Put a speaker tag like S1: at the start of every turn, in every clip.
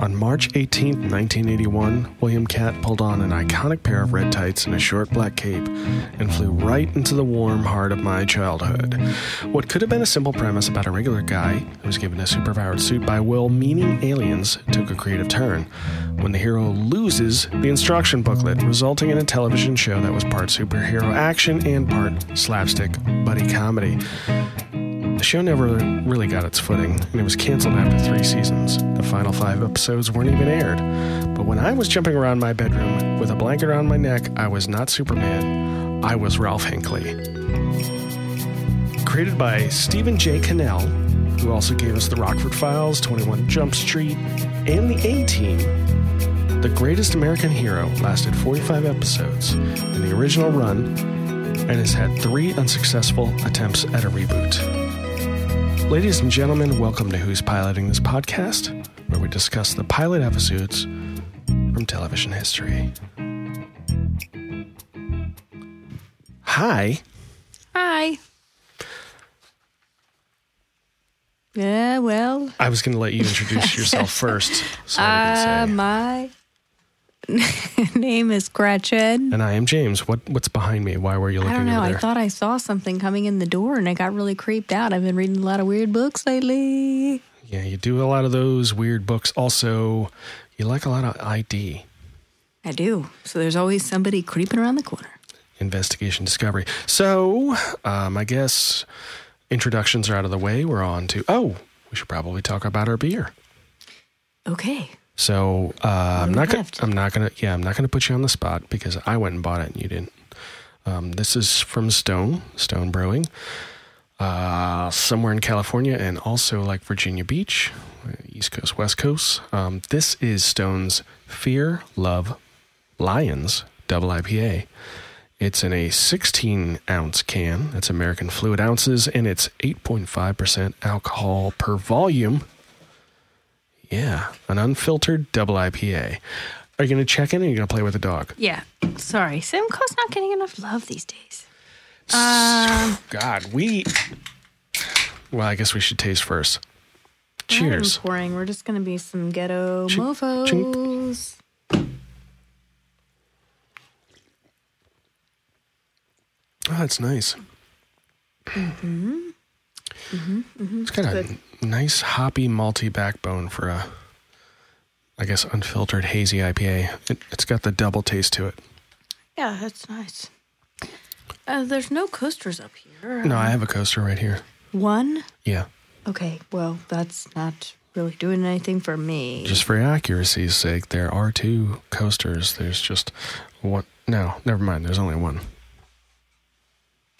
S1: On March 18, 1981, William Catt pulled on an iconic pair of red tights and a short black cape and flew right into the warm heart of my childhood. What could have been a simple premise about a regular guy who was given a superpowered suit by well meaning aliens took a creative turn when the hero loses the instruction booklet, resulting in a television show that was part superhero action and part slapstick buddy comedy. The show never really got its footing, and it was canceled after three seasons. The final five episodes weren't even aired. But when I was jumping around my bedroom with a blanket around my neck, I was not Superman. I was Ralph Hinckley. Created by Stephen J. Cannell, who also gave us The Rockford Files, 21 Jump Street, and The A Team, The Greatest American Hero lasted 45 episodes in the original run and has had three unsuccessful attempts at a reboot. Ladies and gentlemen, welcome to Who's Piloting This Podcast, where we discuss the pilot episodes from television history. Hi.
S2: Hi. Yeah, well,
S1: I was going to let you introduce yourself first. So I could
S2: uh,
S1: say.
S2: my name is Gretchen.
S1: and I am James. What What's behind me? Why were you
S2: I
S1: looking
S2: don't know.
S1: over
S2: I
S1: there?
S2: thought I saw something coming in the door and I got really creeped out. I've been reading a lot of weird books lately.
S1: yeah, you do a lot of those weird books. Also, you like a lot of ID.
S2: I do. So there's always somebody creeping around the corner.
S1: investigation discovery. So, um, I guess introductions are out of the way. We're on to oh, we should probably talk about our beer.
S2: Okay.
S1: So uh, I'm
S2: we
S1: not gonna,
S2: left.
S1: I'm not gonna yeah I'm not gonna put you on the spot because I went and bought it and you didn't. Um, this is from Stone Stone Brewing, uh, somewhere in California and also like Virginia Beach, East Coast West Coast. Um, this is Stone's Fear Love Lions Double IPA. It's in a 16 ounce can. That's American fluid ounces, and it's 8.5% alcohol per volume. Yeah, an unfiltered double IPA. Are you going to check in or are you going to play with the dog?
S2: Yeah. Sorry. Simcoe's not getting enough love these days. Um,
S1: God, we. Well, I guess we should taste first.
S2: I'm
S1: Cheers.
S2: pouring. We're just going to be some ghetto
S1: Chink,
S2: mofos.
S1: chink. Oh, that's nice. It's got
S2: Good.
S1: a nice hoppy, malty backbone for a, I guess, unfiltered hazy IPA. It, it's got the double taste to it.
S2: Yeah, that's nice. Uh, there's no coasters up here.
S1: No, I have a coaster right here.
S2: One?
S1: Yeah,
S2: Okay, well, that's not really doing anything for me.
S1: just for accuracy's sake, there are two coasters. There's just one. No, never mind. There's only one.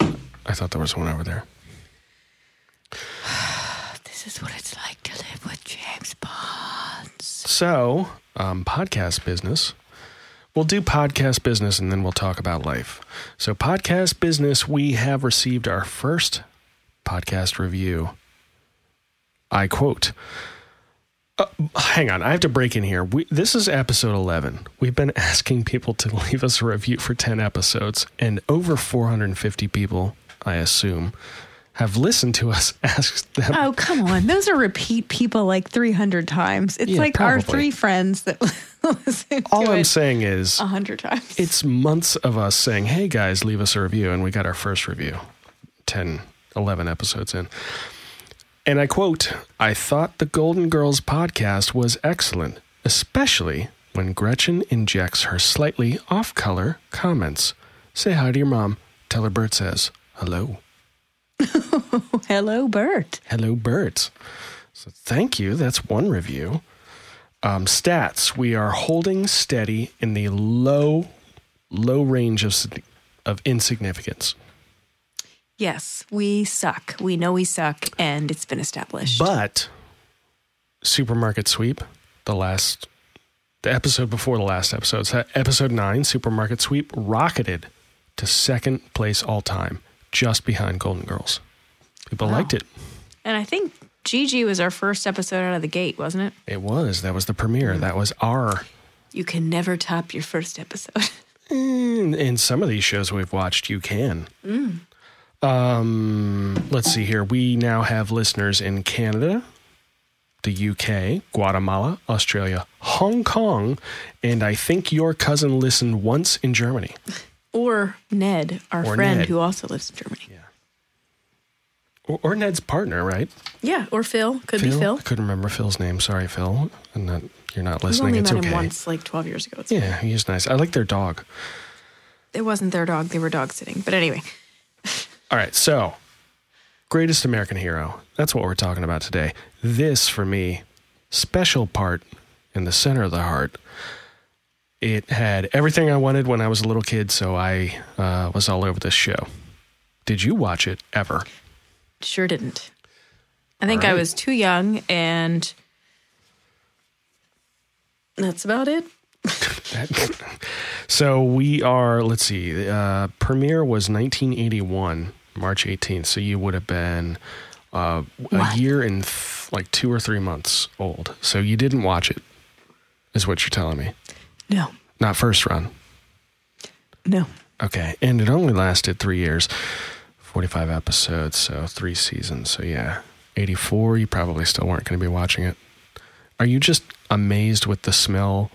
S1: I thought there was one over there.
S2: this is what it's like to live with James Bonds.
S1: So, um, podcast business. We'll do podcast business and then we'll talk about life. So, podcast business, we have received our first podcast review. I quote, uh, hang on, I have to break in here. We, this is episode 11. We've been asking people to leave us a review for 10 episodes, and over 450 people, I assume, have listened to us ask them
S2: Oh, come on. Those are repeat people like 300 times. It's
S1: Yeah,
S2: like our
S1: probably.
S2: three friends that listen to
S1: All I'm
S2: it
S1: saying is,
S2: 100 times.
S1: it's months of us saying, hey guys, leave us a review. And we got our first review 10, 11 episodes in. And I quote, I thought the Golden Girls podcast was excellent, especially when Gretchen injects her slightly off color comments. Say hi to your mom. Tell her Bert says, hello.
S2: Hello, Bert.
S1: Hello, birds. So thank you. That's one review. Um, stats: We are holding steady in the low, low range of sig- of insignificance,
S2: Yes, we suck. We know we suck, and it's been established.
S1: but supermarket sweep. The last, the episode before the last episode, so episode nine, supermarket sweep rocketed to second place all time, just behind Golden Girls. People
S2: Wow.
S1: liked it.
S2: and I think Gigi was our first episode out of the gate, wasn't it?
S1: It was that was the premiere. That was our
S2: You can never top your first episode.
S1: In, Mm, in some of these shows we've watched, you can.
S2: Mm.
S1: Um, let's see here. We now have listeners in Canada, the UK, Guatemala, Australia, Hong Kong, and I think your cousin listened once in Germany.
S2: Or Ned, our
S1: Or
S2: friend
S1: Ned.
S2: who also lives in Germany. Yeah,
S1: Or, or Ned's partner, right?
S2: or Phil. Could be Phil.
S1: I couldn't remember Phil's name. Sorry, Phil. I'm not, you're not
S2: We
S1: listening.
S2: only
S1: it's
S2: met
S1: okay.
S2: him once, like 12 years ago. It's
S1: Yeah, he is nice. I like their dog.
S2: It wasn't their dog. They were dog sitting. But anyway,
S1: All right, so greatest American hero. That's what we're talking about today. This, for me, special part in the center of the heart. It had everything I wanted when I was a little kid, so I uh, was all over this show. Did you watch it ever?
S2: sure didn't. I think I
S1: Alright.
S2: was too young and that's about it.
S1: So we are, let's see, uh, premiere was 1981, March 18th. So you would have been uh, a
S2: What?
S1: year and th- like two or three months old. So you didn't watch it, is what you're telling me.
S2: No,
S1: Not first run.
S2: no.
S1: Okay. And it only lasted three years, 45 episodes, so three seasons. So yeah, 84, you probably still weren't going to be watching it. Are you just amazed with the smell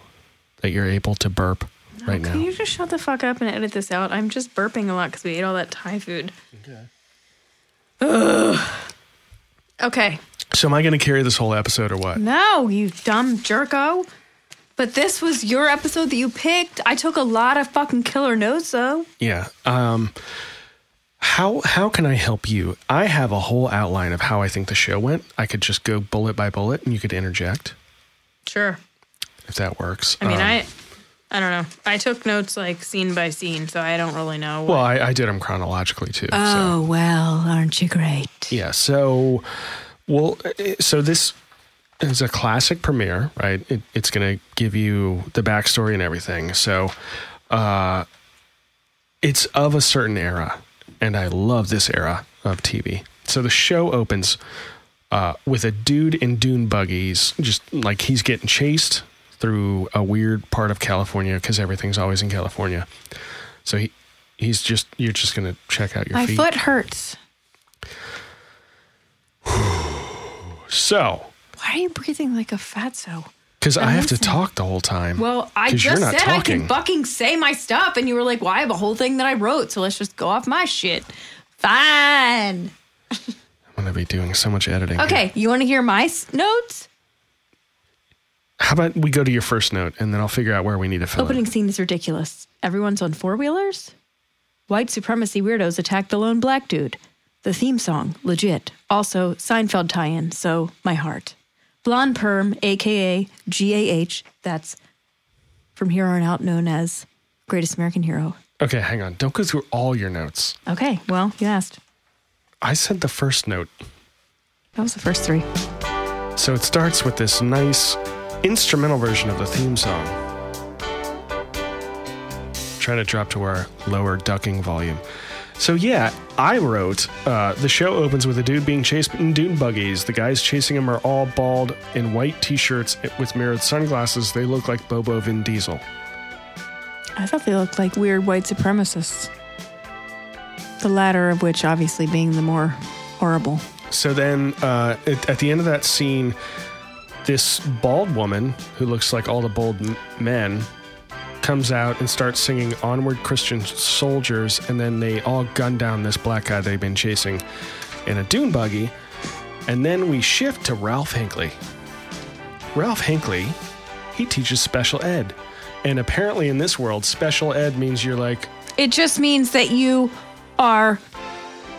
S1: that you're able to burp right
S2: Oh, Can
S1: now?
S2: you just shut the fuck up and edit this out? I'm just burping a lot because we ate all that Thai food. Okay. Okay.
S1: So am I going to carry this whole episode or what?
S2: No, you dumb jerko. But this was your episode that you picked. I took a lot of fucking killer notes though.
S1: Yeah. Um how how can I help you? I have a whole outline of how I think the show went. I could just go bullet by bullet and you could interject
S2: Sure.
S1: if that works.
S2: I mean,
S1: Um,
S2: I, I don't know. I took notes like scene by scene, so I don't really know. What,
S1: well, I, I did them chronologically too.
S2: Oh,
S1: so.
S2: well, aren't you great?
S1: Yeah. So, well, eh, so this is a classic premiere, right? It, it's going to give you the backstory and everything. So, uh, it's of a certain era, and I love this era of TV. So the show opens uh, with a dude in dune buggies, just like he's getting chased through a weird part of California because everything's always in California. So he. He's just you're just gonna check out your
S2: My
S1: feet.
S2: foot hurts.
S1: So
S2: Why are you breathing like a fatso?
S1: Because I have to
S2: Amazing.
S1: talk the whole time.
S2: Well, I
S1: 'Cause
S2: just said I can fucking say my stuff, and you were like, "Well, I have a whole thing that I wrote, so let's just go off my shit." Fine.
S1: I'm going to be doing so much editing. here.
S2: Okay, you want to hear my s- notes?
S1: How about we go to your first note and then I'll figure out where we need to fill
S2: Opening
S1: in.
S2: scene is ridiculous. Everyone's on four wheelers. White supremacy weirdos attack the lone black dude. The theme song, legit. Also, Seinfeld tie in, so my heart. Blonde Perm, aka GAH, that's from here on out known as Greatest American Hero.
S1: Okay, hang on. Don't go through all your notes.
S2: Okay, well, you asked.
S1: I said the first note.
S2: That was the first three.
S1: So it starts with this nice instrumental version of the theme song. Try to drop to our lower ducking volume. So yeah, I wrote uh, the show opens with a dude being chased in dune buggies. The guys chasing him are all bald in white t-shirts with mirrored sunglasses. They look like Bobo Vin Diesel.
S2: I thought they looked like weird white supremacists. The latter of which, obviously, being the more horrible.
S1: So then, uh, at, at the end of that scene, this bald woman who looks like all the bold m- men comes out and starts singing "Onward, Christian Soldiers," and then they all gun down this black guy they've been chasing in a dune buggy. And then we shift to Ralph Hinckley. Ralph Hinckley, he teaches special ed, and apparently in this world, special ed means you're like
S2: It just means that you are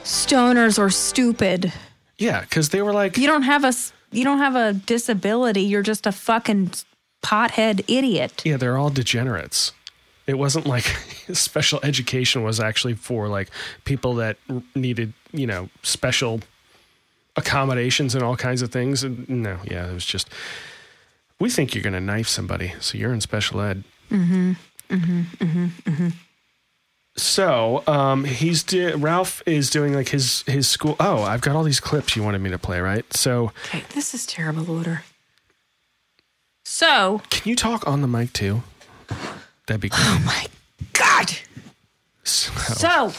S2: stoners or stupid.
S1: yeah, because they were like
S2: You don't have a s- you don't have a disability. You're just a fucking pothead idiot.
S1: Yeah, they're all degenerates. It wasn't like special education was actually for like people that r- needed, you know, special accommodations and all kinds of things. And no, yeah, it was just we think you're going to knife somebody, so you're in special ed. Mm-hmm. Mm-hmm. Mm-hmm. Mm-hmm. So um, he's di- Ralph is doing like his his school. Oh, I've got all these clips you wanted me to play, right? So
S2: Okay, this is terrible order. So,
S1: can you talk on the mic too? That'd be great.
S2: oh my god.
S1: So-
S2: So,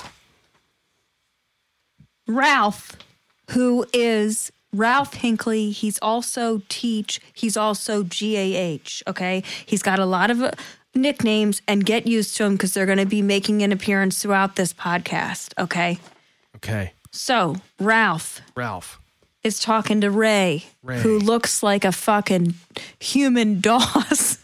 S2: Ralph, who is Ralph Hinckley. He's also Teach. He's also GAH. Okay. He's got a lot of uh, nicknames and get used to them because they're going to be making an appearance throughout this podcast. Okay.
S1: Okay.
S2: So Ralph
S1: Ralph.
S2: is talking to Ray,
S1: Ray.
S2: who looks like a fucking human DOS.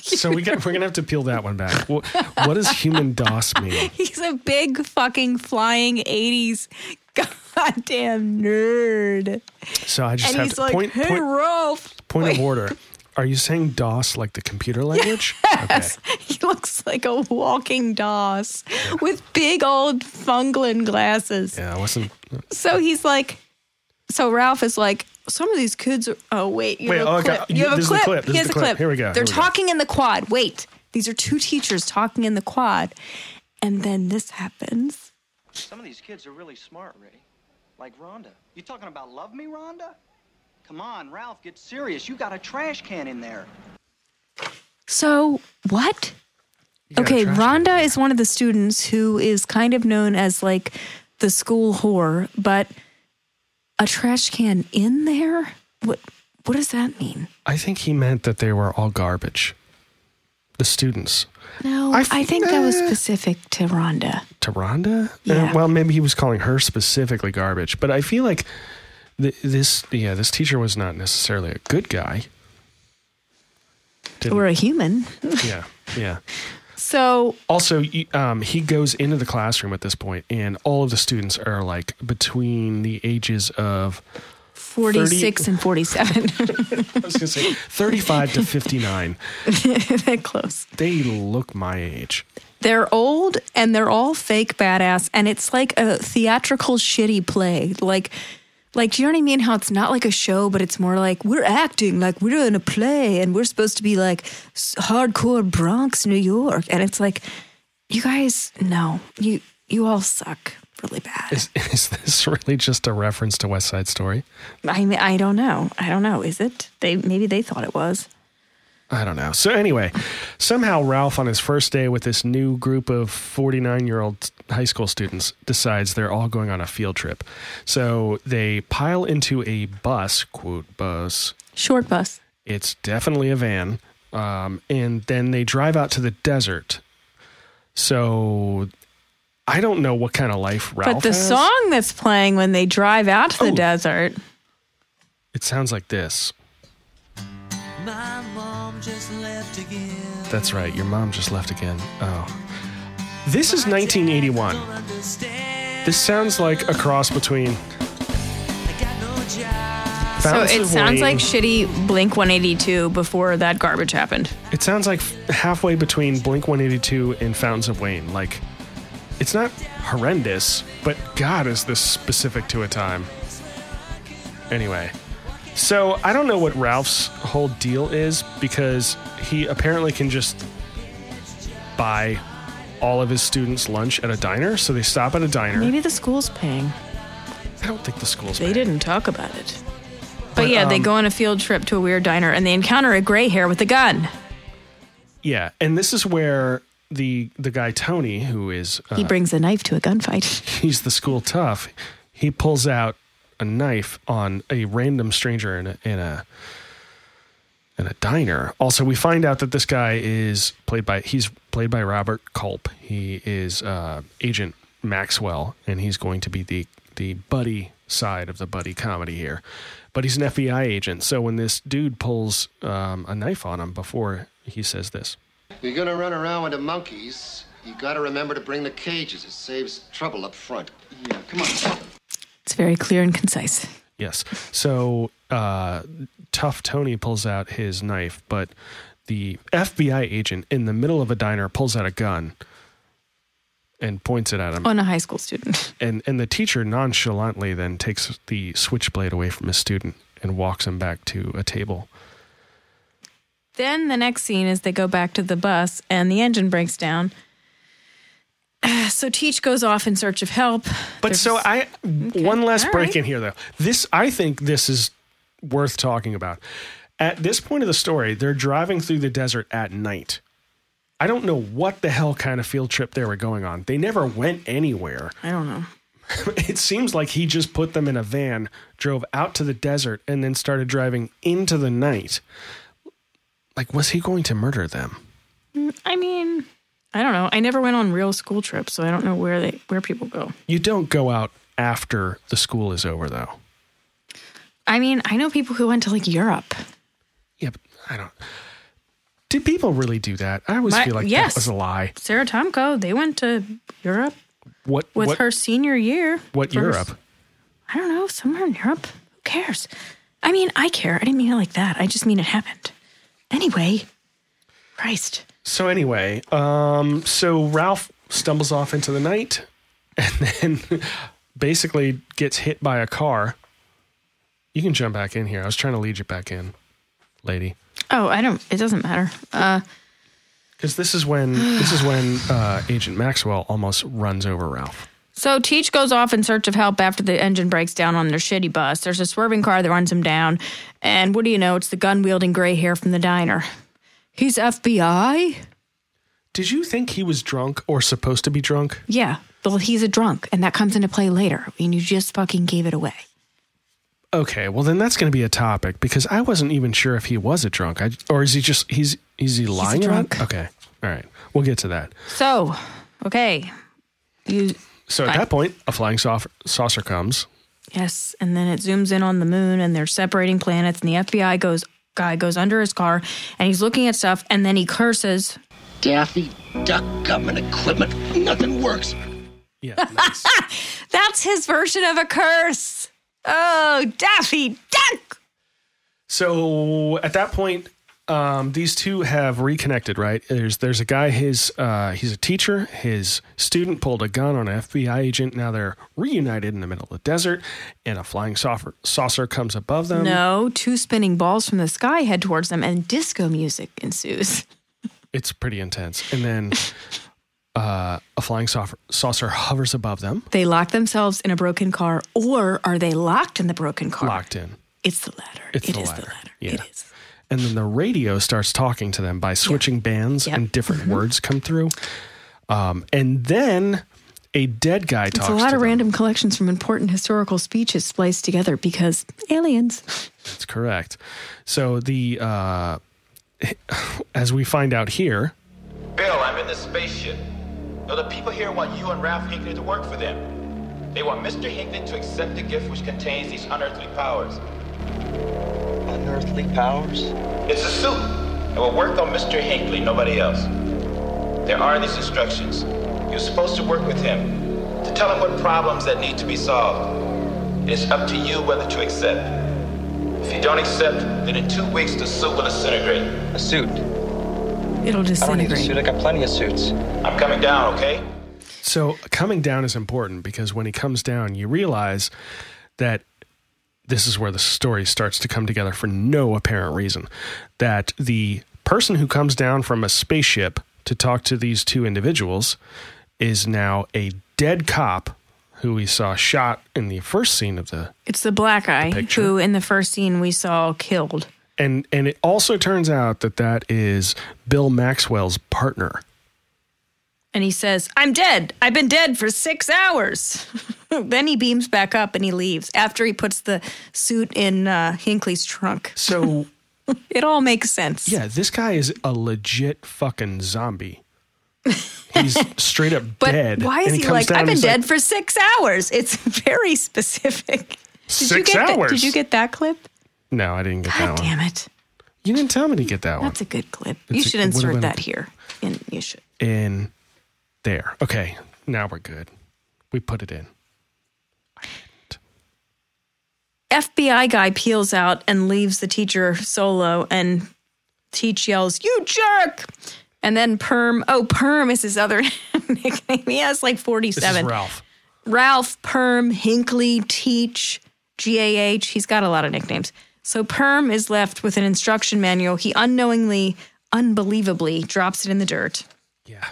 S1: So we got, we're going to have to peel that one back. Wha- What does human DOS mean?
S2: He's a big fucking flying 80s goddamn nerd.
S1: So I just
S2: And
S1: have
S2: he's
S1: to
S2: like,
S1: point,
S2: hey,
S1: point,
S2: Ralph.
S1: point of order. Are you saying DOS like the computer language? Yes. Okay.
S2: He looks like a walking DOS with big old funglin glasses.
S1: Yeah, I wasn't. uh,
S2: So he's like, so Ralph is like, some of these kids are, oh, wait, you
S1: Wait,
S2: have
S1: oh,
S2: a
S1: I
S2: clip.
S1: got-
S2: you
S1: this
S2: have a
S1: is the
S2: clip.
S1: clip. This
S2: he
S1: is
S2: has
S1: the
S2: a
S1: clip.
S2: clip.
S1: Here we go.
S2: They're
S1: Here we go.
S2: talking in the quad. Wait, these are two teachers talking in the quad. And then this happens.
S3: Some of these kids are really smart, Ray. Like Rhonda. You talking about love me, Rhonda? Come on, Ralph, get serious. You got a trash can in there.
S2: So what?
S1: got a
S2: Okay,
S1: trash
S2: Rhonda is one of the students who is kind of known as like the school whore, but a trash can in there? What what does that mean?
S1: I think he meant that they were all garbage. The students.
S2: No,
S1: I
S2: I
S1: f-
S2: think that was
S1: eh.
S2: specific to Rhonda.
S1: to Rhonda? Uh,
S2: Yeah.
S1: well, maybe he was calling her specifically garbage, but I feel like th- this, yeah, this teacher was not necessarily a good guy. Didn't-
S2: Or a human.
S1: yeah, yeah.
S2: So
S1: Also, y- um, he goes into the classroom at this point, and all of the students are like between the ages of
S2: 46 and 47.
S1: I was gonna say thirty-five to fifty-nine.
S2: that close.
S1: They look my age.
S2: They're old and they're all fake badass and it's like a theatrical shitty play. Like like do you know what I mean how it's not like a show but it's more like we're acting like we're in a play and we're supposed to be like s- hardcore Bronx New York and it's like you guys no. You you all suck really bad.
S1: Is, is this really just a reference to West Side Story?
S2: I mean I don't know. I don't know. Is it? They maybe they thought it was.
S1: I don't know. So anyway, somehow Ralph on his first day with this new group of 49-year-old high school students decides they're all going on a field trip. So they pile into a bus, quote bus.
S2: Short bus.
S1: It's definitely a van. Um, and then they drive out to the desert. So I don't know what kind of life Ralph
S2: But the
S1: has.
S2: song that's playing when they drive out to the
S1: Oh.
S2: desert
S1: It sounds like this.
S4: My mom just left again.
S1: That's right. Your mom just left again. Oh. This is 1981.
S4: Don't understand.
S1: This sounds like a cross between
S4: I got no job.
S2: So
S1: Fountains
S2: Oh, it
S1: of
S2: sounds
S1: Wayne.
S2: like shitty Blink 182 before that garbage happened.
S1: it sounds like halfway between Blink 182 and Fountains of Wayne. Like it's not horrendous, but God is this specific to a time. Anyway, so I don't know what Ralph's whole deal is because he apparently can just buy all of his students lunch at a diner. So they stop at a diner.
S2: Maybe the school's paying.
S1: I don't think the school's.
S2: They
S1: paying.
S2: didn't talk about it. But,
S1: But,
S2: yeah, they
S1: um,
S2: go on a field trip to a weird diner and they encounter a gray hair with a gun.
S1: Yeah, and this is where the the guy Tony, who is uh,
S2: He brings a knife to a gunfight.
S1: he's the school tough. He pulls out a knife on a random stranger in a in a in a diner. Also, we find out that this guy is played by he's played by Robert Culp. He is uh, Agent Maxwell, and he's going to be the the buddy side of the buddy comedy here. But he's an FBI agent, so when this dude pulls um, a knife on him before he says this,
S5: If you're gonna run around with the monkeys, you gotta remember to bring the cages. It saves trouble up front.
S3: Yeah, come on.
S2: It's very clear and concise.
S1: Yes. So uh, tough Tony pulls out his knife, but the FBI agent in the middle of a diner pulls out a gun and points it at him.
S2: On a high school student.
S1: And and the teacher nonchalantly then takes the switchblade away from his student and walks him back to a table.
S2: Then the next scene is they go back to the bus and the engine breaks down. So Teach goes off in search of help.
S1: But
S2: There's-
S1: so I one last
S2: all
S1: break
S2: right.
S1: in here though. This I think this is worth talking about. At this point of the story, they're driving through the desert at night. I don't know what the hell kind of field trip they were going on. They never went anywhere.
S2: I don't know.
S1: it seems like he just put them in a van, drove out to the desert, and then started driving into the night. Like, was he going to murder them?
S2: I mean, I don't know. I never went on real school trips, so I don't know where they where people go.
S1: You don't go out after the school is over, though.
S2: I mean, I know people who went to like Europe.
S1: Yeah, but I don't. Did people really do that? I always
S2: My-
S1: feel like
S2: yes.
S1: that was a lie.
S2: Sarah Tomko, they went to Europe
S1: What?
S2: with
S1: what,
S2: her senior year.
S1: What
S2: Or her-
S1: Europe?
S2: I don't know, somewhere in Europe. Who cares? I mean, I care. I didn't mean it like that. I just mean it happened. Anyway, Christ.
S1: So anyway, um, so Ralph stumbles off into the night, and then basically gets hit by a car. You can jump back in here. I was trying to lead you back in, lady,
S2: Oh, I don't. It doesn't matter. Uh,
S1: because this is when this is when uh, Agent Maxwell almost runs over Ralph.
S2: So Teach goes off in search of help after the engine breaks down on their shitty bus. There's a swerving car that runs him down, and what do you know? It's the gun wielding gray hair from the diner. He's FBI.
S1: Did you think he was drunk or supposed to be drunk?
S2: Yeah, well, he's a drunk, and that comes into play later. And you just fucking gave it away.
S1: Okay, well then that's going to be a topic because I wasn't even sure if he was a drunk, I, or is he just he's is he lying? about-
S2: drunk.
S1: Okay, all right, we'll get to that.
S2: So, okay, you
S1: So at
S2: Right.
S1: that point, a flying saucer, saucer comes.
S2: Yes, and then it zooms in on the moon, and they're separating planets, and the FBI goes guy goes under his car, and he's looking at stuff, and then he curses.
S6: Daffy Duck government equipment. Nothing works.
S1: Yeah, nice.
S2: That's his version of a curse. Oh, Daffy Duck!
S1: so at that point, um, these two have reconnected. Right? There's there's a guy. His uh, he's a teacher. His student pulled a gun on an FBI agent. Now they're reunited in the middle of the desert, and a flying saucer saucer comes above them.
S2: No, two spinning balls from the sky head towards them, and disco music ensues.
S1: It's pretty intense. And then uh, a flying saucer, saucer hovers above them,
S2: They lock themselves in a broken car, or are they locked in the broken car?
S1: locked in.
S2: It's the latter.
S1: It's
S2: It
S1: the
S2: is
S1: latter.
S2: the latter.
S1: Yeah.
S2: It is.
S1: and then the radio starts talking to them by switching bands
S2: Yep.
S1: and different words come through um, and then a dead guy
S2: It's
S1: talks
S2: a lot
S1: to
S2: of
S1: them.
S2: random collections from important historical speeches spliced together because aliens.
S1: that's correct so the uh, as we find out here
S7: Bill, I'm in the spaceship. Now, the people here want you and Ralph Hinckley to work for them. They want Mr. Hinckley to accept the gift which contains these unearthly powers.
S3: Unearthly powers?
S7: It's a suit. It will work on Mr. Hinckley, nobody else. There are these instructions. You're supposed to work with him to tell him what problems that need to be solved. It is up to you whether to accept. If you don't accept, then in two weeks the suit will disintegrate.
S8: A suit.
S2: It'll
S8: I don't need a
S2: disintegrate.
S8: suit. I got plenty of suits.
S7: I'm coming down, okay?
S1: so coming down is important because when he comes down you realize that this is where the story starts to come together for no apparent reason that the person who comes down from a spaceship to talk to these two individuals is now a dead cop who we saw shot in the first scene of the
S2: It's the black guy
S1: picture.
S2: who, in the first scene, we saw killed.
S1: and and it also turns out that that is Bill Maxwell's partner
S2: And he says, I'm dead. I've been dead for six hours. then he beams back up and he leaves after he puts the suit in uh, Hinckley's trunk.
S1: so
S2: It all makes sense.
S1: yeah this guy is a legit fucking zombie he's straight up
S2: But
S1: dead
S2: why is
S1: And
S2: he,
S1: comes
S2: like,
S1: down
S2: I've
S1: and
S2: been
S1: he's like,
S2: dead for six hours? It's very specific. Did you
S1: Six
S2: get that-
S1: hours.
S2: did you get that clip?
S1: no i didn't get
S2: God
S1: that one
S2: damn it.
S1: You didn't tell me to get that one
S2: That's a good clip. you
S1: It's a-
S2: should
S1: it would've
S2: insert
S1: been-
S2: that here. And you should.
S1: in there. Okay, now we're good. We put it in.
S2: FBI guy peels out and leaves the teacher solo, and Teach yells, You jerk! And then Perm, oh, Perm is his other nickname. He has like
S1: This
S2: 47.
S1: is Ralph.
S2: Ralph, Perm, Hinkley, Teach, GAH. He's got a lot of nicknames. So Perm is left with an instruction manual. He unknowingly, unbelievably drops it in the dirt.
S1: Yeah,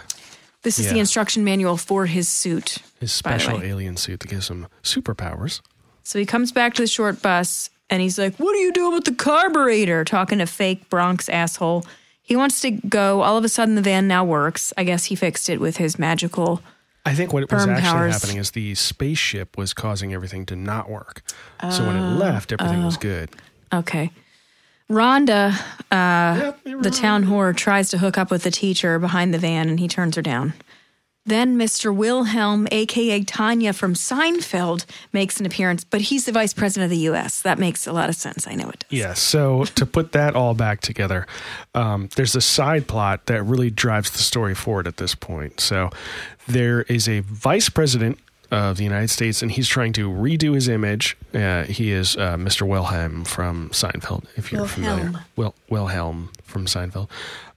S2: This is the
S1: Yeah.
S2: instruction manual for his suit.
S1: his
S2: by the
S1: special
S2: way.
S1: alien suit that gives him superpowers.
S2: So he comes back to the short bus and he's like, What are you doing with the carburetor? Talking to fake Bronx asshole. He wants to go. All of a sudden, the van now works. I guess he fixed it with his magical
S1: I think what was
S2: Perm
S1: actually
S2: powers.
S1: happening is the spaceship was causing everything to not work. so when it
S2: Oh,
S1: left, everything was good.
S2: Okay. Rhonda,
S1: Yep, you're
S2: Uh, the
S1: right.
S2: town whore, tries to hook up with the teacher behind the van and he turns her down. Then Mr. Wilhelm, aka Tanya from Seinfeld, makes an appearance, but he's the vice president of the US. That makes a lot of sense. I know it does.
S1: Yeah, so to put that all back together, um, there's a side plot that really drives the story forward at this point. So there is a vice president of the United States, and he's trying to redo his image. Uh, he is uh, Mr. Wilhelm from Seinfeld, if you're familiar.
S2: Wilhelm.
S1: Wil- Wilhelm from Seinfeld.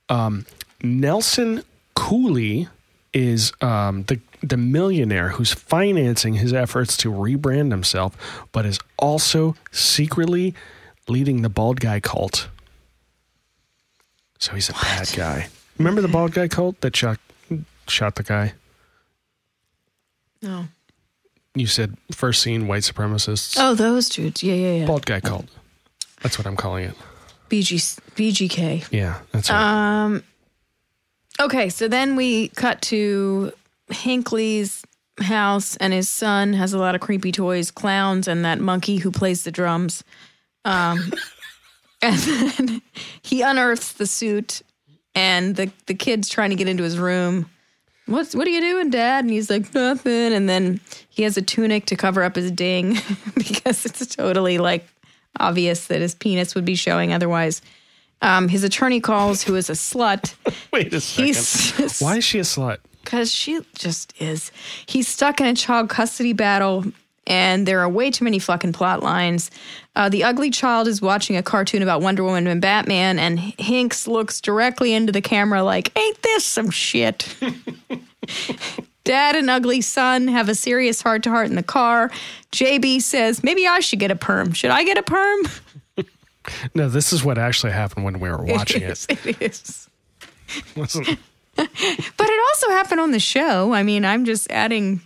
S1: Um, Nelson Cooley is um, the the millionaire who's financing his efforts to rebrand himself, but is also secretly leading the bald guy cult. So he's a bad guy. Remember the bald guy cult that shot shot the guy?
S2: No.
S1: You said first seen white supremacists.
S2: Oh, those dudes. Yeah, yeah, yeah.
S1: Bald guy cult. That's what I'm calling it.
S2: BG, BGK.
S1: Yeah, that's
S2: Uh,
S1: right.
S2: Okay, so then we cut to Hinkley's house, and his son has a lot of creepy toys, clowns, and that monkey who plays the drums. Um, and then he unearths the suit, and the the kid's trying to get into his room. What's what are you doing, Dad? And he's like nothing. And then he has a tunic to cover up his ding because it's totally like obvious that his penis would be showing otherwise. Um, his attorney calls, who is a slut.
S1: Wait a second.
S2: He's
S1: Why is she a slut?
S2: because she just is. He's stuck in a child custody battle, and there are way too many fucking plot lines. Uh, the ugly child is watching a cartoon about Wonder Woman and Batman, and Hinks looks directly into the camera like, Ain't this some shit? Dad and ugly son have a serious heart to heart in the car. JB says, Maybe I should get a perm. Should I get a perm?
S1: No, this is what actually happened when we were watching it.
S2: is, it is.
S1: Wasn't-
S2: But it also happened on the show. I mean, I'm just adding.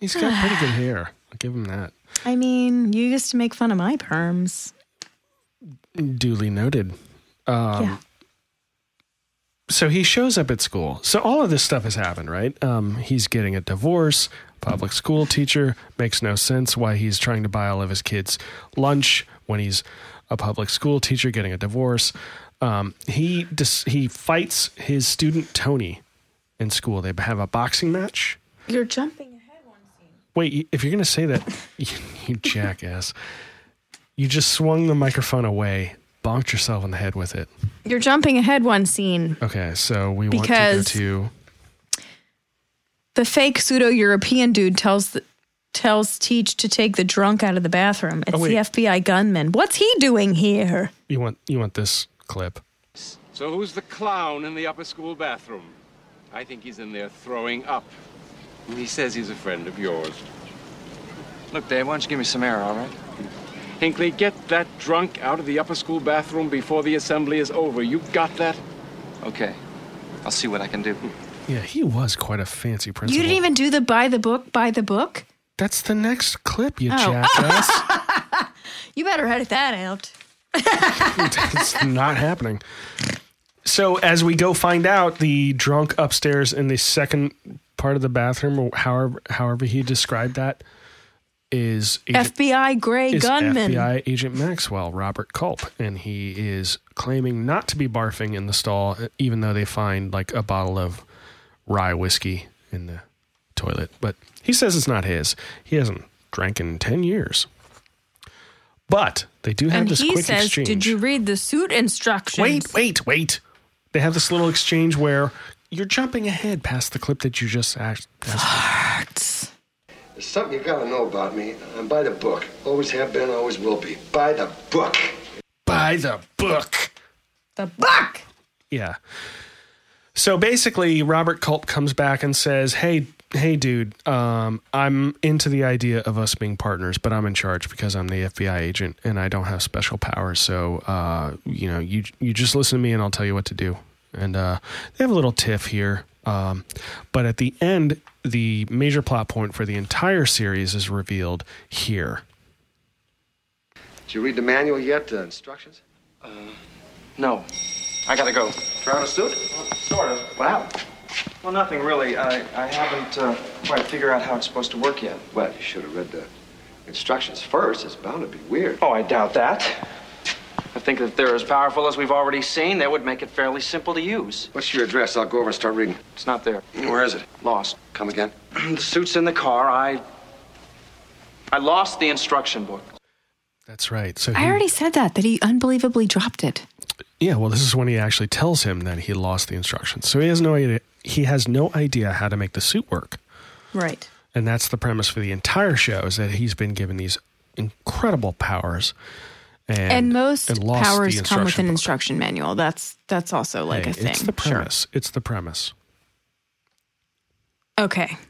S1: He's got pretty good hair. I'll give him that.
S2: I mean, you used to make fun of my perms.
S1: Duly noted. Um,
S2: yeah.
S1: So he shows up at school. So all of this stuff has happened, right? Um, he's getting a divorce. Public school teacher makes no sense why he's trying to buy all of his kids lunch when he's a public school teacher getting a divorce. Um, he dis- he fights his student Tony in school. They have a boxing match.
S2: You're jumping ahead one scene.
S1: Wait, y- if you're going to say that, you, you jackass, you just swung the microphone away, bonked yourself in the head with it.
S2: You're jumping ahead one scene.
S1: Okay, so we want
S2: Because-
S1: to go to.
S2: The fake pseudo European dude tells the, tells Teach to take the drunk out of the bathroom. It's
S1: Oh, wait.
S2: the FBI gunman. What's he doing here?
S1: You want you want this clip?
S8: So who's the clown in the upper school bathroom? I think he's in there throwing up. He says he's a friend of yours.
S3: Look, Dave, why don't you give me some air, all right?
S8: Hinkley, get that drunk out of the upper school bathroom before the assembly is over. You got that?
S3: Okay. I'll see what I can do.
S1: Yeah, he was quite a fancy principal.
S2: You didn't even do the buy the book, buy the book.
S1: That's the next clip,
S2: Oh.
S1: you jackass.
S2: You better edit that out.
S1: it's not happening. So as we go find out, the drunk upstairs in the second part of the bathroom, or however however he described that, is Agent
S2: FBI gray
S1: is
S2: gunman.
S1: FBI agent Maxwell, Robert Culp, and he is claiming not to be barfing in the stall, even though they find like a bottle of rye whiskey in the toilet. But he says it's not his. He hasn't drank in ten years. But they do have
S2: And
S1: this
S2: he
S1: quick
S2: says,
S1: exchange.
S2: "Did you read the suit instructions?"
S1: wait, wait, wait? They have this little exchange where you're jumping ahead past the clip that you just asked.
S5: There's something you gotta know about me. I'm by the book. Always have been, always will be. By the book.
S1: By the book.
S2: the book.
S1: Yeah. So basically, Robert Culp comes back and says, "Hey, hey, dude, um, I'm into the idea of us being partners, but I'm in charge because I'm the FBI agent and I don't have special powers. So, uh, you know, you you just listen to me and I'll tell you what to do." And uh, they have a little tiff here, um, but at the end, the major plot point for the entire series is revealed here.
S5: Did you read the manual yet? The instructions?
S3: Uh, No. I gotta go.
S5: Try on a suit?
S3: Sort of.
S5: Wow.
S3: Well, nothing really. I, I haven't uh, quite figured out how it's supposed to work yet.
S5: Well, you should have read the instructions first. It's bound to be weird.
S3: Oh, I doubt that. I think if they're as powerful as we've already seen, that would make it fairly simple to use.
S5: What's your address? I'll go over and start reading.
S3: It's not there.
S5: Where is it?
S3: Lost.
S5: Come again?
S3: the suit's in the car. I. I lost the instruction book.
S1: That's right. So he,
S2: I already said that, that he unbelievably dropped it.
S1: yeah, well, this is when he actually tells him that he lost the instructions. So he has no idea. He has no idea how to make the suit work,
S2: Right.
S1: and that's the premise for the entire show: is that he's been given these incredible powers, and,
S2: And, most
S1: and lost the
S2: powers come with
S1: instruction
S2: an
S1: book.
S2: instruction manual. That's that's also like
S1: Hey,
S2: a thing.
S1: It's the
S2: Sure.
S1: premise. It's the premise.
S2: Okay.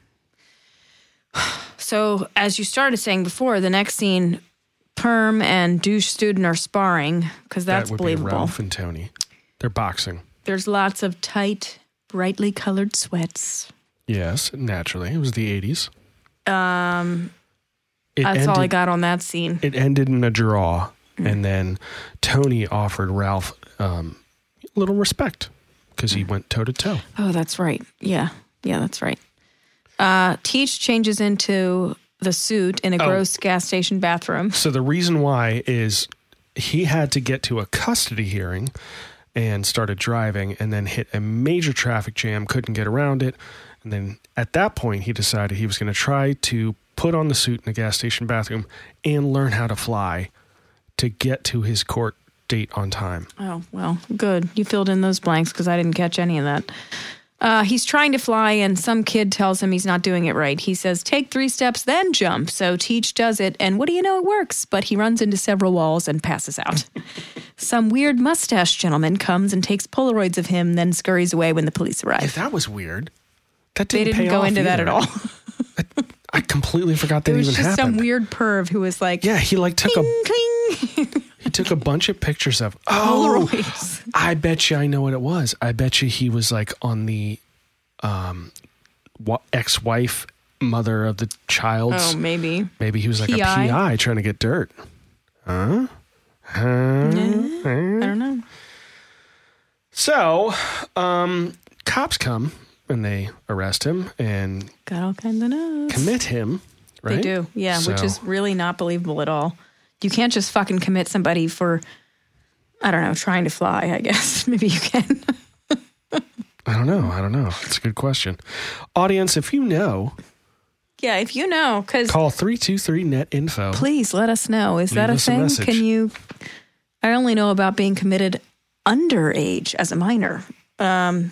S2: So, as you started saying before, the next scene, Perm and douche student are sparring because that's
S1: that would be
S2: believable.
S1: Ralph and Tony. They're boxing.
S2: There's lots of tight, brightly colored sweats.
S1: Yes, naturally. It was the eighties.
S2: Um,
S1: It
S2: that's all I
S1: ended-
S2: got on that scene.
S1: It ended in a draw, and then Tony offered Ralph um, a little respect because he went toe to toe.
S2: Oh, that's right. Yeah, yeah, that's right. Uh, Teach changes into the suit in a
S1: Oh.
S2: gross gas station bathroom.
S1: So the reason why is he had to get to a custody hearing and started driving and then hit a major traffic jam, couldn't get around it. And then at that point, he decided he was going to try to put on the suit in the gas station bathroom and learn how to fly to get to his court date on time.
S2: Oh, well, good. You filled in those blanks because I didn't catch any of that. Uh, he's trying to fly, and some kid tells him he's not doing it right. He says, Take three steps, then jump. So Teach does it, and what do you know? It works. But he runs into several walls and passes out. some weird mustache gentleman comes and takes Polaroids of him, then scurries away when the police
S1: Yeah,
S2: arrive.
S1: that was weird. That
S2: They
S1: didn't,
S2: didn't
S1: pay
S2: go
S1: off
S2: into that at
S1: either.
S2: all.
S1: I completely forgot that
S2: There was
S1: even
S2: just
S1: happened.
S2: some weird perv who was like,
S1: yeah, he like took a
S2: cling, cling.
S1: he took a bunch of pictures of oh
S2: Polaroids.
S1: I bet you I know what it was. I bet you he was like on the um, wa- ex-wife, mother of the child's.
S2: Oh, maybe.
S1: Maybe he was like
S2: PI?
S1: a PI trying to get dirt. Huh? Huh?
S2: I don't know.
S1: So, um, cops come and they arrest him and
S2: Got all kinds of notes.
S1: commit him. Right?
S2: They do, yeah, which
S1: So-
S2: is really not believable at all. You can't just fucking commit somebody for, I don't know, trying to fly, I guess. Maybe you can.
S1: I don't know. I don't know. It's a good question. Audience, if you know,
S2: yeah, if you know, because
S1: call three two three net info.
S2: please let us know. Is that a
S1: us a
S2: thing?
S1: message.
S2: can you? I only know about being committed underage as a minor. Um,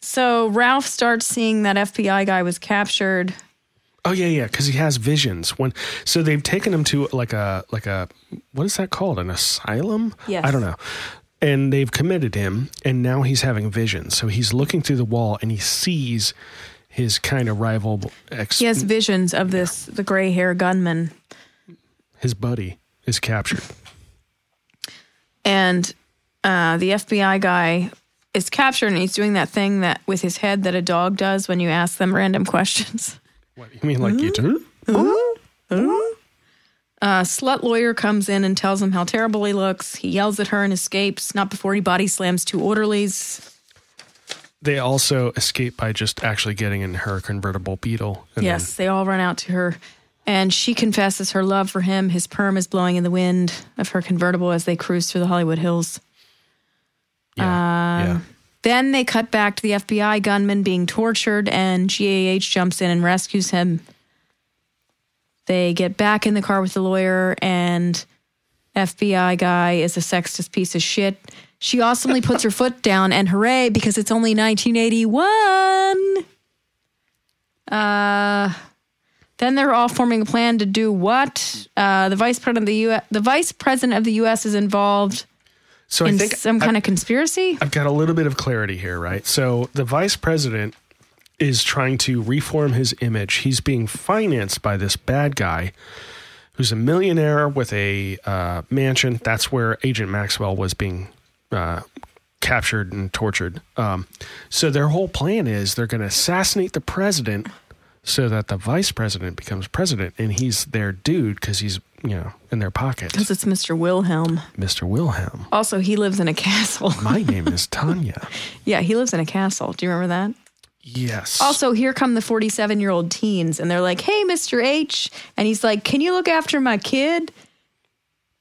S2: so Ralph starts seeing that FBI guy was captured.
S1: Oh yeah, yeah, because he has visions. When so they've taken him to like a like a what is that called? An asylum?
S2: Yes.
S1: I don't know. And they've committed him, and now he's having visions. So he's looking through the wall, and he sees his kind of rival, ex,
S2: He has visions of this the gray hair gunman
S1: his buddy, is captured.
S2: and uh, the FBI guy is captured and he's doing that thing that with his head that a dog does when you ask them random questions.
S1: What you mean, like you
S2: Mm-hmm.
S1: do?
S2: A slut lawyer comes in and tells him how terrible he looks. He yells at her and escapes, not before he body slams two orderlies.
S1: They also escape by just actually getting in her convertible Beetle. And
S2: Yes, they all run out to her. And she confesses her love for him. His perm is blowing in the wind of her convertible as they cruise through the Hollywood Hills.
S1: Then, yeah, yeah.
S2: Um, Then they cut back to the FBI gunman being tortured, and GAH jumps in and rescues him. They get back in the car with the lawyer, and FBI guy is a sexist piece of shit. She awesomely puts her foot down, and hooray, because it's only 1981. Uh, then they're all forming a plan to do what? Uh, the vice president of the U. The vice president of the U.S. is involved
S1: So I
S2: in
S1: think
S2: some
S1: I-
S2: kind of conspiracy.
S1: I've got a little bit of clarity here, right? So the vice president is trying to reform his image. He's being financed by this bad guy who's a millionaire with a uh, mansion. That's where Agent Maxwell was being uh, captured and tortured. Um, so their whole plan is they're going to assassinate the president so that the vice president becomes president and he's their dude because he's, you know, in their pockets.
S2: Because it's Mr. Wilhelm.
S1: Mr. Wilhelm.
S2: Also, he lives in a castle.
S1: My name is Tanya.
S2: yeah, he lives in a castle. Do you remember that?
S1: Yes.
S2: Also, here come the 47 year old teens, and they're like, hey, Mr. H. And he's like, can you look after my kid?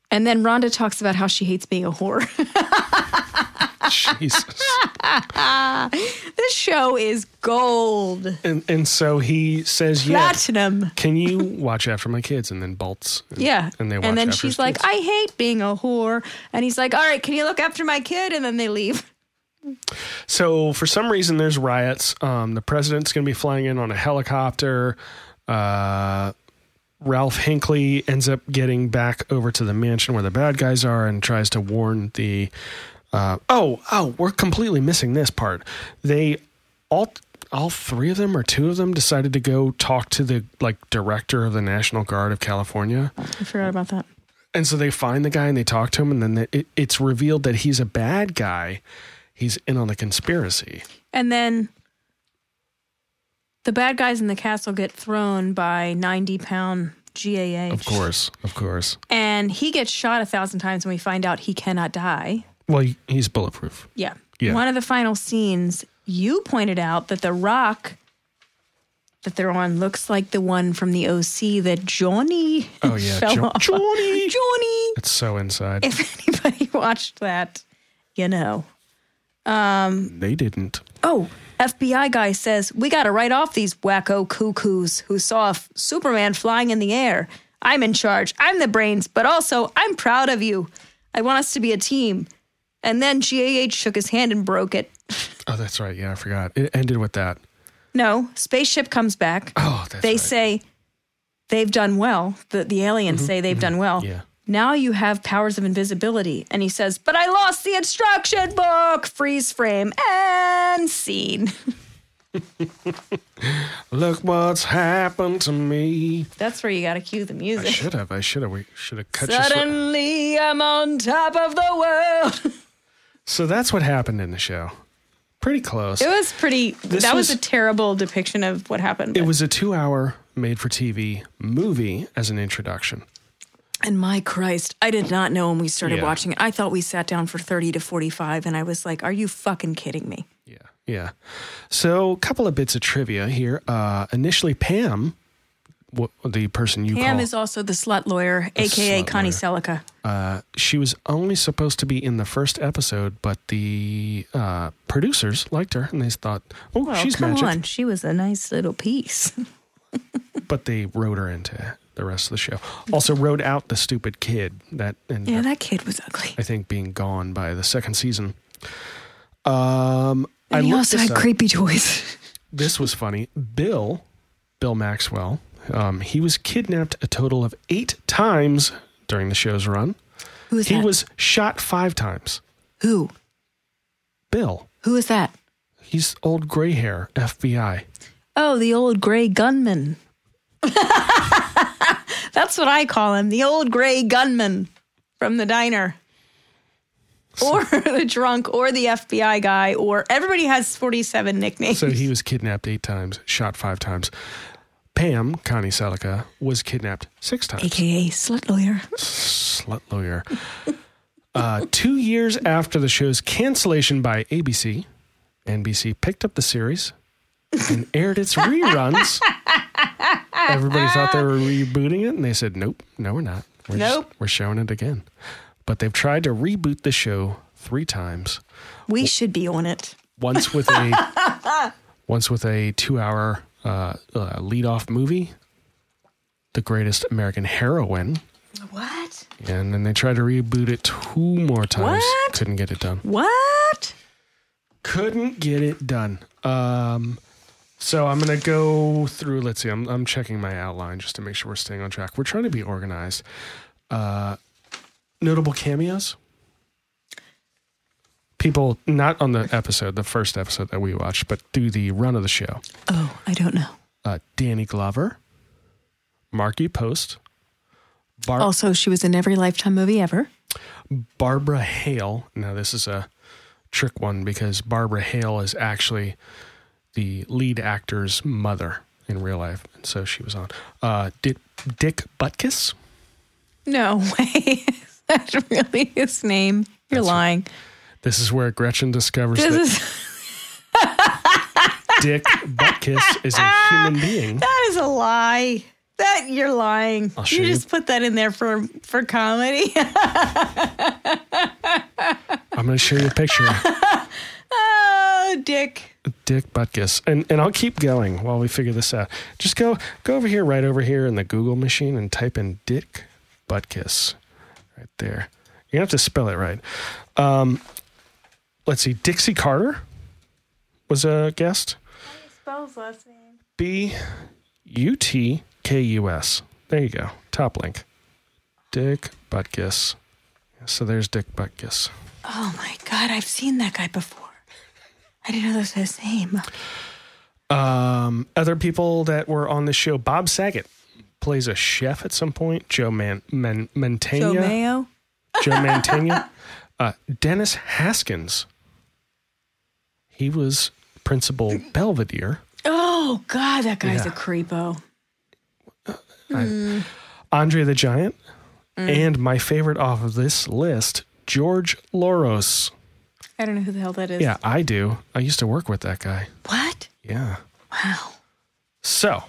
S2: And then Rhonda talks about how she hates being a whore.
S1: Jesus.
S2: this show is gold,
S1: And and so he says, yeah.
S2: platinum.
S1: Can you watch after my kids? And then bolts. And,
S2: Yeah.
S1: And they watch
S2: and then
S1: after his
S2: she's like,
S1: kids.
S2: I hate being a whore. And he's like, all right, can you look after my kid? And then they leave.
S1: So for some reason, there's riots. Um, the president's going to be flying in on a helicopter. Uh, Ralph Hinckley ends up getting back over to the mansion where the bad guys are and tries to warn the. Uh, oh, oh, we're completely missing this part. They all. All three of them or two of them decided to go talk to the like director of the National Guard of California.
S2: I forgot about that.
S1: And so they find the guy and they talk to him, and then the, it, it's revealed that he's a bad guy. He's in on the conspiracy.
S2: And then the bad guys in the castle get thrown by 90 pound GAH.
S1: Of course, of course.
S2: And he gets shot a thousand times and we find out he cannot die.
S1: Well, he- he's bulletproof.
S2: Yeah.
S1: Yeah.
S2: One of the final scenes, you pointed out that the rock that they're on looks like the one from the OC that Johnny
S1: Oh yeah,
S2: fell
S1: Jo-
S2: off.
S1: Johnny.
S2: Johnny.
S1: It's so inside.
S2: If anybody watched that, you know.
S1: they didn't.
S2: Oh, FBI guy says, We got to write off these wacko cuckoos who saw f- Superman flying in the air. I'm in charge. I'm the brains, but also I'm proud of you. I want us to be a team. And then GAH shook his hand and broke it.
S1: Oh, that's right. Yeah, I forgot. It ended with that.
S2: No, spaceship comes back.
S1: Oh, that's
S2: they
S1: right. Mm-hmm.
S2: say they've done well. The, the aliens say they've done well.
S1: Yeah.
S2: Now you have powers of invisibility. And he says, But I lost the instruction book. Freeze frame and scene.
S1: Look what's happened to me.
S2: That's where you got to cue the
S1: I
S2: music.
S1: should have. I should have. We should have cut. you sli-
S2: Suddenly I'm on top of the world.
S1: so that's what happened in the show. Pretty close.
S2: It was pretty,
S1: This
S2: that was,
S1: was-
S2: a terrible depiction of what happened.
S1: It was a two-hour made-for-TV movie as an introduction.
S2: And my Christ, I did not know when we started
S1: Yeah.
S2: watching it. I thought we sat down for 30 to 45, and I was like, Are you fucking kidding me?
S1: Yeah. Yeah. So, a couple of bits of trivia here. Uh, initially, Pam, wh- the person you
S2: Pam
S1: call,
S2: is also the slut lawyer, aka
S1: slut
S2: Connie
S1: lawyer.
S2: Selica.
S1: uh, she was only supposed to be in the first episode, but the uh, producers liked her and they thought, oh,
S2: Well,
S1: she's
S2: come
S1: magic.
S2: on, she was a nice little piece.
S1: But they wrote her into the rest of the show. Also, wrote out the stupid kid that, and
S2: yeah, that kid was ugly.
S1: I think being gone by the second season. Um, I
S2: And he
S1: looked
S2: also
S1: this
S2: had
S1: up.
S2: creepy toys.
S1: this was funny. Bill, Bill Maxwell, um, he was kidnapped a total of eight times during the show's run.
S2: Who is
S1: He
S2: that?
S1: was shot five times.
S2: Who?
S1: Bill,
S2: Who is that?
S1: he's old gray hair FBI.
S2: Oh, the old gray gunman. That's what I call him, the old gray gunman from the diner. Or the drunk, or the FBI guy, or everybody has 47 nicknames.
S1: So he was kidnapped eight times, shot five times. Pam, Connie Selica, was kidnapped six times.
S2: AKA slut lawyer.
S1: Slut lawyer. uh, two years after the show's cancellation by ABC, NBC picked up the series and aired its reruns. Everybody thought they were rebooting it, and they said, "Nope, no, we're not. We're just-
S2: Nope.
S1: we're showing it again." But they've tried to reboot the show three times.
S2: We should be on it.
S1: Once with a once with a two-hour uh, uh, lead-off movie, the greatest American heroine.
S2: What?
S1: And then they tried to reboot it two more times.
S2: What?
S1: Couldn't get it done.
S2: What?
S1: Couldn't get it done. Um, so I'm gonna go through. Let's see. I'm I'm checking my outline just to make sure we're staying on track. We're trying to be organized. Uh, notable cameos. People not on the episode, the first episode that we watched, but through the run of the show.
S2: Oh, I don't know.
S1: Uh, Danny Glover, Marky Post, Bar-
S2: Also, she was in every Lifetime movie ever.
S1: Barbara Hale. Now, this is a trick one because Barbara Hale is actually the lead actor's mother in real life. And so she was on. Uh, Dick, Dick Butkus.
S2: No way. That's really his name. You're lying.
S1: This is where Gretchen discovers
S2: This
S1: that
S2: is
S1: Dick Buttkiss is a human being.
S2: That is a lie. That you're lying.
S1: I'll show
S2: you
S1: you.
S2: just put that in there for for comedy.
S1: I'm going to show you a picture.
S2: oh, Dick.
S1: Dick Butkus. And and I'll keep going while we figure this out. Just go go over here, right over here in the Google machine and type in Dick Butkus. Right there. You're gonna have to spell it right. Um, let's see, Dixie Carter was a guest.
S2: Spells last name.
S1: B U T K U S. There you go. Top link. Dick Butkus. So there's Dick Butkus.
S2: Oh my god, I've seen that guy before. I didn't know that was his name.
S1: Um, other people that were on the show, Bob Saget plays a chef at some point. Joe Man- Man-
S2: Joe
S1: Mantegna.
S2: Mayo.
S1: Joe Mantegna. Uh, Dennis Haskins. He was Principal Belvedere.
S2: Oh god, that guy's
S1: Yeah.
S2: a creepo.
S1: Andre the Giant. And my favorite off of this list, George Loros.
S2: I don't know who the hell that is.
S1: Yeah, I do. I used to work with that guy.
S2: What?
S1: Yeah.
S2: Wow.
S1: So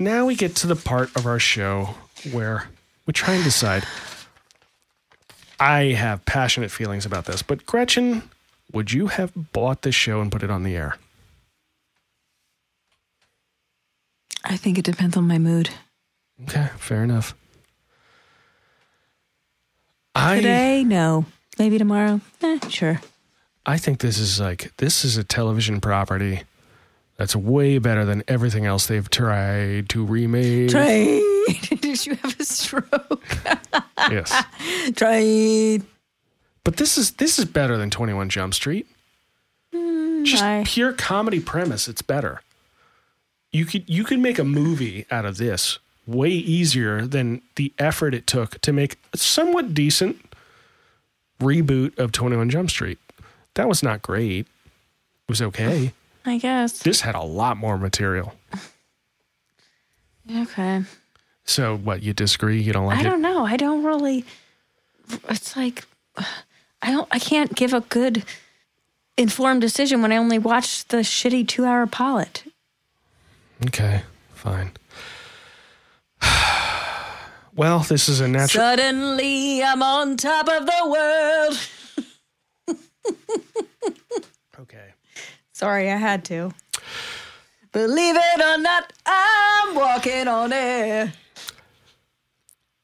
S1: now we get to the part of our show where we try and decide. I have passionate feelings about this, but Gretchen, would you have bought this show and put it on the air?
S2: I think it depends on my mood.
S1: Okay, fair enough. I
S2: Today, no. Maybe tomorrow. Eh, sure.
S1: I think this is like this is a television property that's way better than everything else they've tried to remake.
S2: Trade. Did you have a stroke?
S1: Yes.
S2: Trade.
S1: But this is this is better than Twenty One Jump Street. Just
S2: Mm, I-
S1: pure comedy premise, it's better. You could you could make a movie out of this way easier than the effort it took to make a somewhat decent reboot of Twenty One Jump Street. That was not great. It was okay.
S2: I guess.
S1: This had a lot more material.
S2: Okay.
S1: So what you disagree? You don't like
S2: I
S1: it?
S2: don't know. I don't really. It's like I don't. I can't give a good informed decision when I only watched the shitty two-hour pilot.
S1: Okay, fine. Well, this is a natural.
S2: Suddenly, I'm on top of the world.
S1: okay.
S2: Sorry, I had to. Believe it or not, I'm walking on air.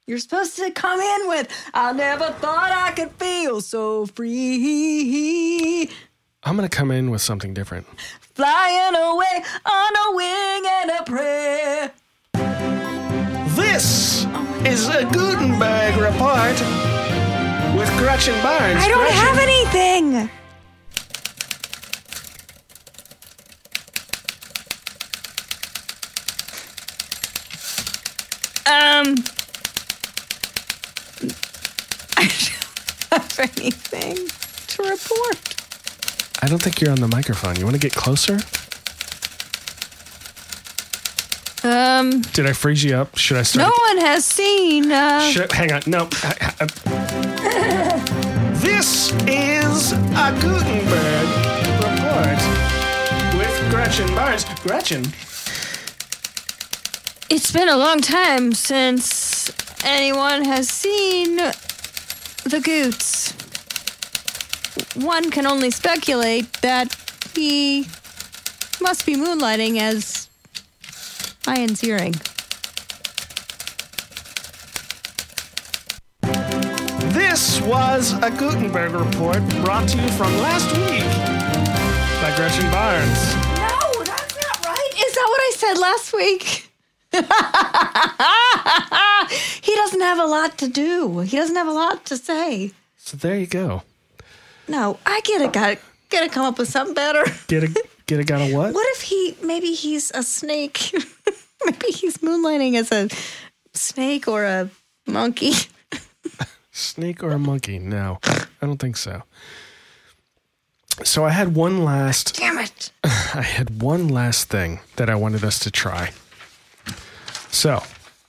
S2: You're supposed to come in with, I never thought I could feel so free.
S1: I'm gonna come in with something different.
S2: Flying away on a wing and a prayer.
S1: This is a Gutenberg report with Gretchen Barnes.
S2: I don't have anything. Um, I don't have anything to report.
S1: I don't think you're on the microphone. You want to get closer?
S2: Um,
S1: Did I freeze you up? Should I start?
S2: no one has seen. Uh,
S1: Should I- hang on. No. this is a Gutenberg report with Gretchen Barnes. Gretchen,
S2: it's been a long time since anyone has seen the Goots. One can only speculate that he must be moonlighting as Ian Ziering.
S1: this was a Gutenberg report brought to you from last week by Gretchen Barnes.
S2: No, that's not right. Is that what I said last week? he doesn't have a lot to do. He doesn't have a lot to say.
S1: So there you go.
S2: No, I get it. Got gotta come up with something better.
S1: Get a get a got a what?
S2: What if he maybe he's a snake? maybe he's moonlighting as a snake or a monkey.
S1: Snake or a monkey? No, I don't think so. So I had one last
S2: Damn it.
S1: I had one last thing that I wanted us to try. So,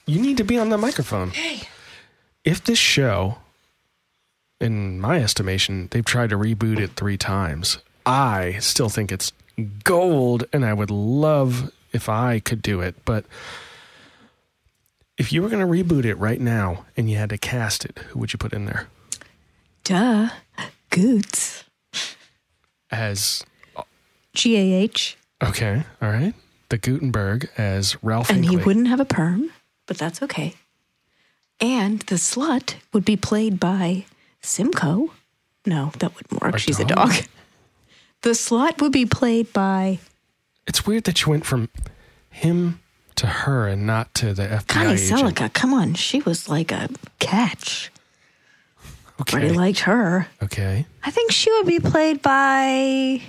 S1: you need to be on the microphone. Hey. If this show in my estimation, they've tried to reboot it 3 times. I still think it's gold, and I would love if I could do it. But if you were going to reboot it right now and you had to cast it, who would you put in there
S2: Duh. Goots.
S1: as?
S2: G A H.
S1: Okay, all right. The Gutenberg as Ralph.
S2: And he
S1: Hinckley.
S2: wouldn't have a perm, but that's okay. And the slut would be played by Simcoe. No, that wouldn't work.
S1: A
S2: She's a
S1: dog?
S2: dog. The slut would be played by
S1: It's weird that you went from him to her and not to the FBI
S2: Connie
S1: agent.
S2: Selica. Come on, she was like a catch.
S1: Okay.
S2: Pretty liked her.
S1: okay.
S2: I think she would be played by.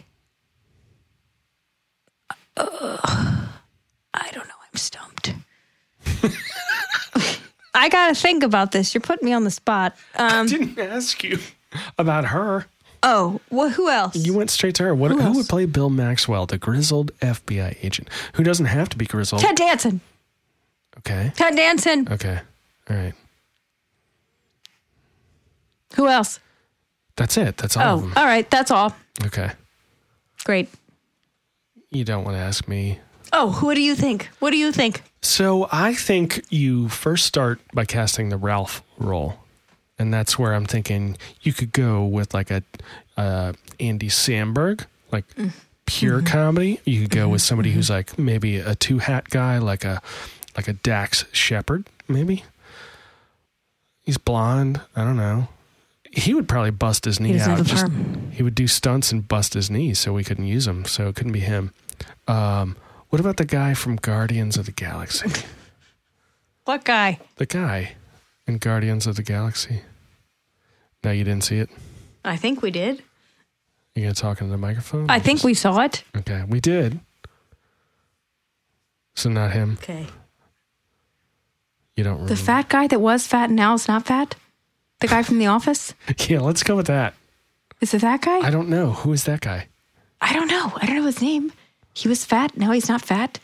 S2: Ugh. uh, I don't know. I'm stumped. I gotta think about this. You're putting me on the spot.
S1: I didn't ask you about her.
S2: Oh, well, who else?
S1: You went straight to her. What, who,
S2: else?
S1: would play Bill Maxwell, the grizzled FBI agent, who doesn't have to be grizzled?
S2: Ted Danson.
S1: Okay.
S2: Ted Danson.
S1: Okay. All right.
S2: Who else?
S1: That's it. That's all of
S2: Oh,
S1: them.
S2: all right. That's all.
S1: Okay.
S2: Great.
S1: You don't want to ask me.
S2: Oh, who do you think? What do you think?
S1: So I think you first start by casting the Ralph role. And that's where I'm thinking you could go with like a uh, Andy Samberg, like pure comedy. You could go with somebody who's like maybe a two hat guy, like a like a Dax Shepard, maybe. He's blonde. I don't know. He would probably bust his knee
S2: doesn't
S1: out.
S2: have a
S1: Just-
S2: perm.
S1: he would do stunts and bust his knee, so we couldn't use him. So it couldn't be him. Um, what about the guy from Guardians of the Galaxy?
S2: What guy?
S1: the guy in Guardians of the Galaxy. No, you didn't see it.
S2: I think we did.
S1: You gonna talk into the microphone?
S2: I think we saw it.
S1: Okay, we did. So not him.
S2: Okay.
S1: You don't. Remember.
S2: The fat guy that was fat and now is not fat? The guy from The Office?
S1: yeah, let's go with that.
S2: Is it that guy?
S1: I don't know who is that guy.
S2: I don't know. I don't know his name. He was fat. Now he's not fat.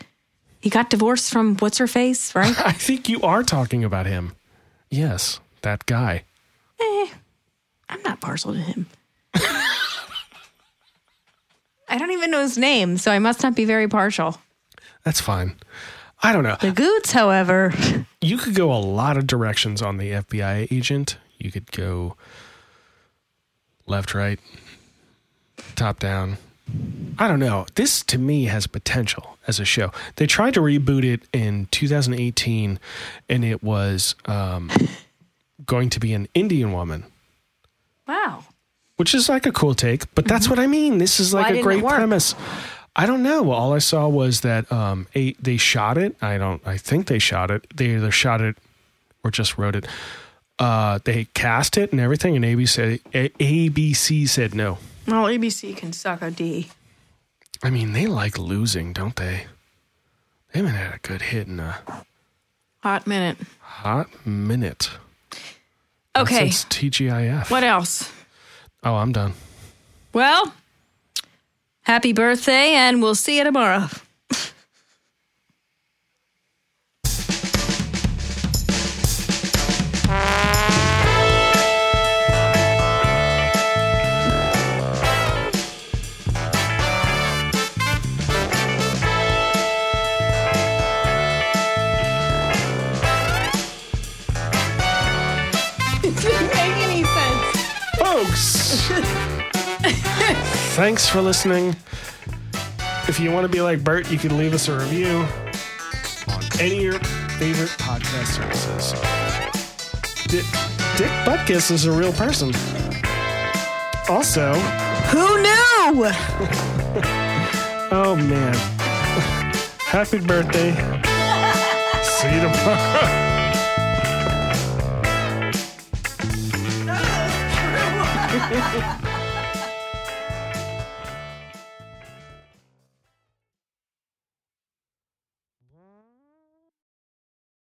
S2: He got divorced from what's her face, right?
S1: I think you are talking about him. Yes, that guy.
S2: eh, I'm not partial to him. I don't even know his name, so I must not be very partial.
S1: That's fine. I don't know.
S2: The Goots, however,
S1: you could go a lot of directions on the FBI agent. You could go left, right, top down. I don't know. This to me has potential as a show. They tried to reboot it in 2018, and it was um, going to be an Indian woman,
S2: wow.
S1: which is like a cool take. But that's what I mean. This is
S2: Mm-hmm. Why
S1: like a
S2: didn't
S1: great
S2: it work?
S1: premise. I don't know. All I saw was that um, a, they shot it. I don't. I think they shot it. They either shot it or just wrote it. Uh, they cast it and everything, and ABC said A- ABC said no.
S2: Well, ABC can suck a D.
S1: I mean, they like losing, don't they? They haven't had a good hit in a
S2: Hot minute.
S1: hot minute. Not
S2: Okay,
S1: Since TGIF.
S2: what else?
S1: Oh, I'm done.
S2: Well, happy birthday, and we'll see you tomorrow.
S1: folks. Thanks for listening. If you want to be like Bert, you can leave us a review on any of your favorite podcast services. Dick, Dick Butkus is a real person. Also,
S2: Who knew?
S1: oh man, happy birthday. See you tomorrow.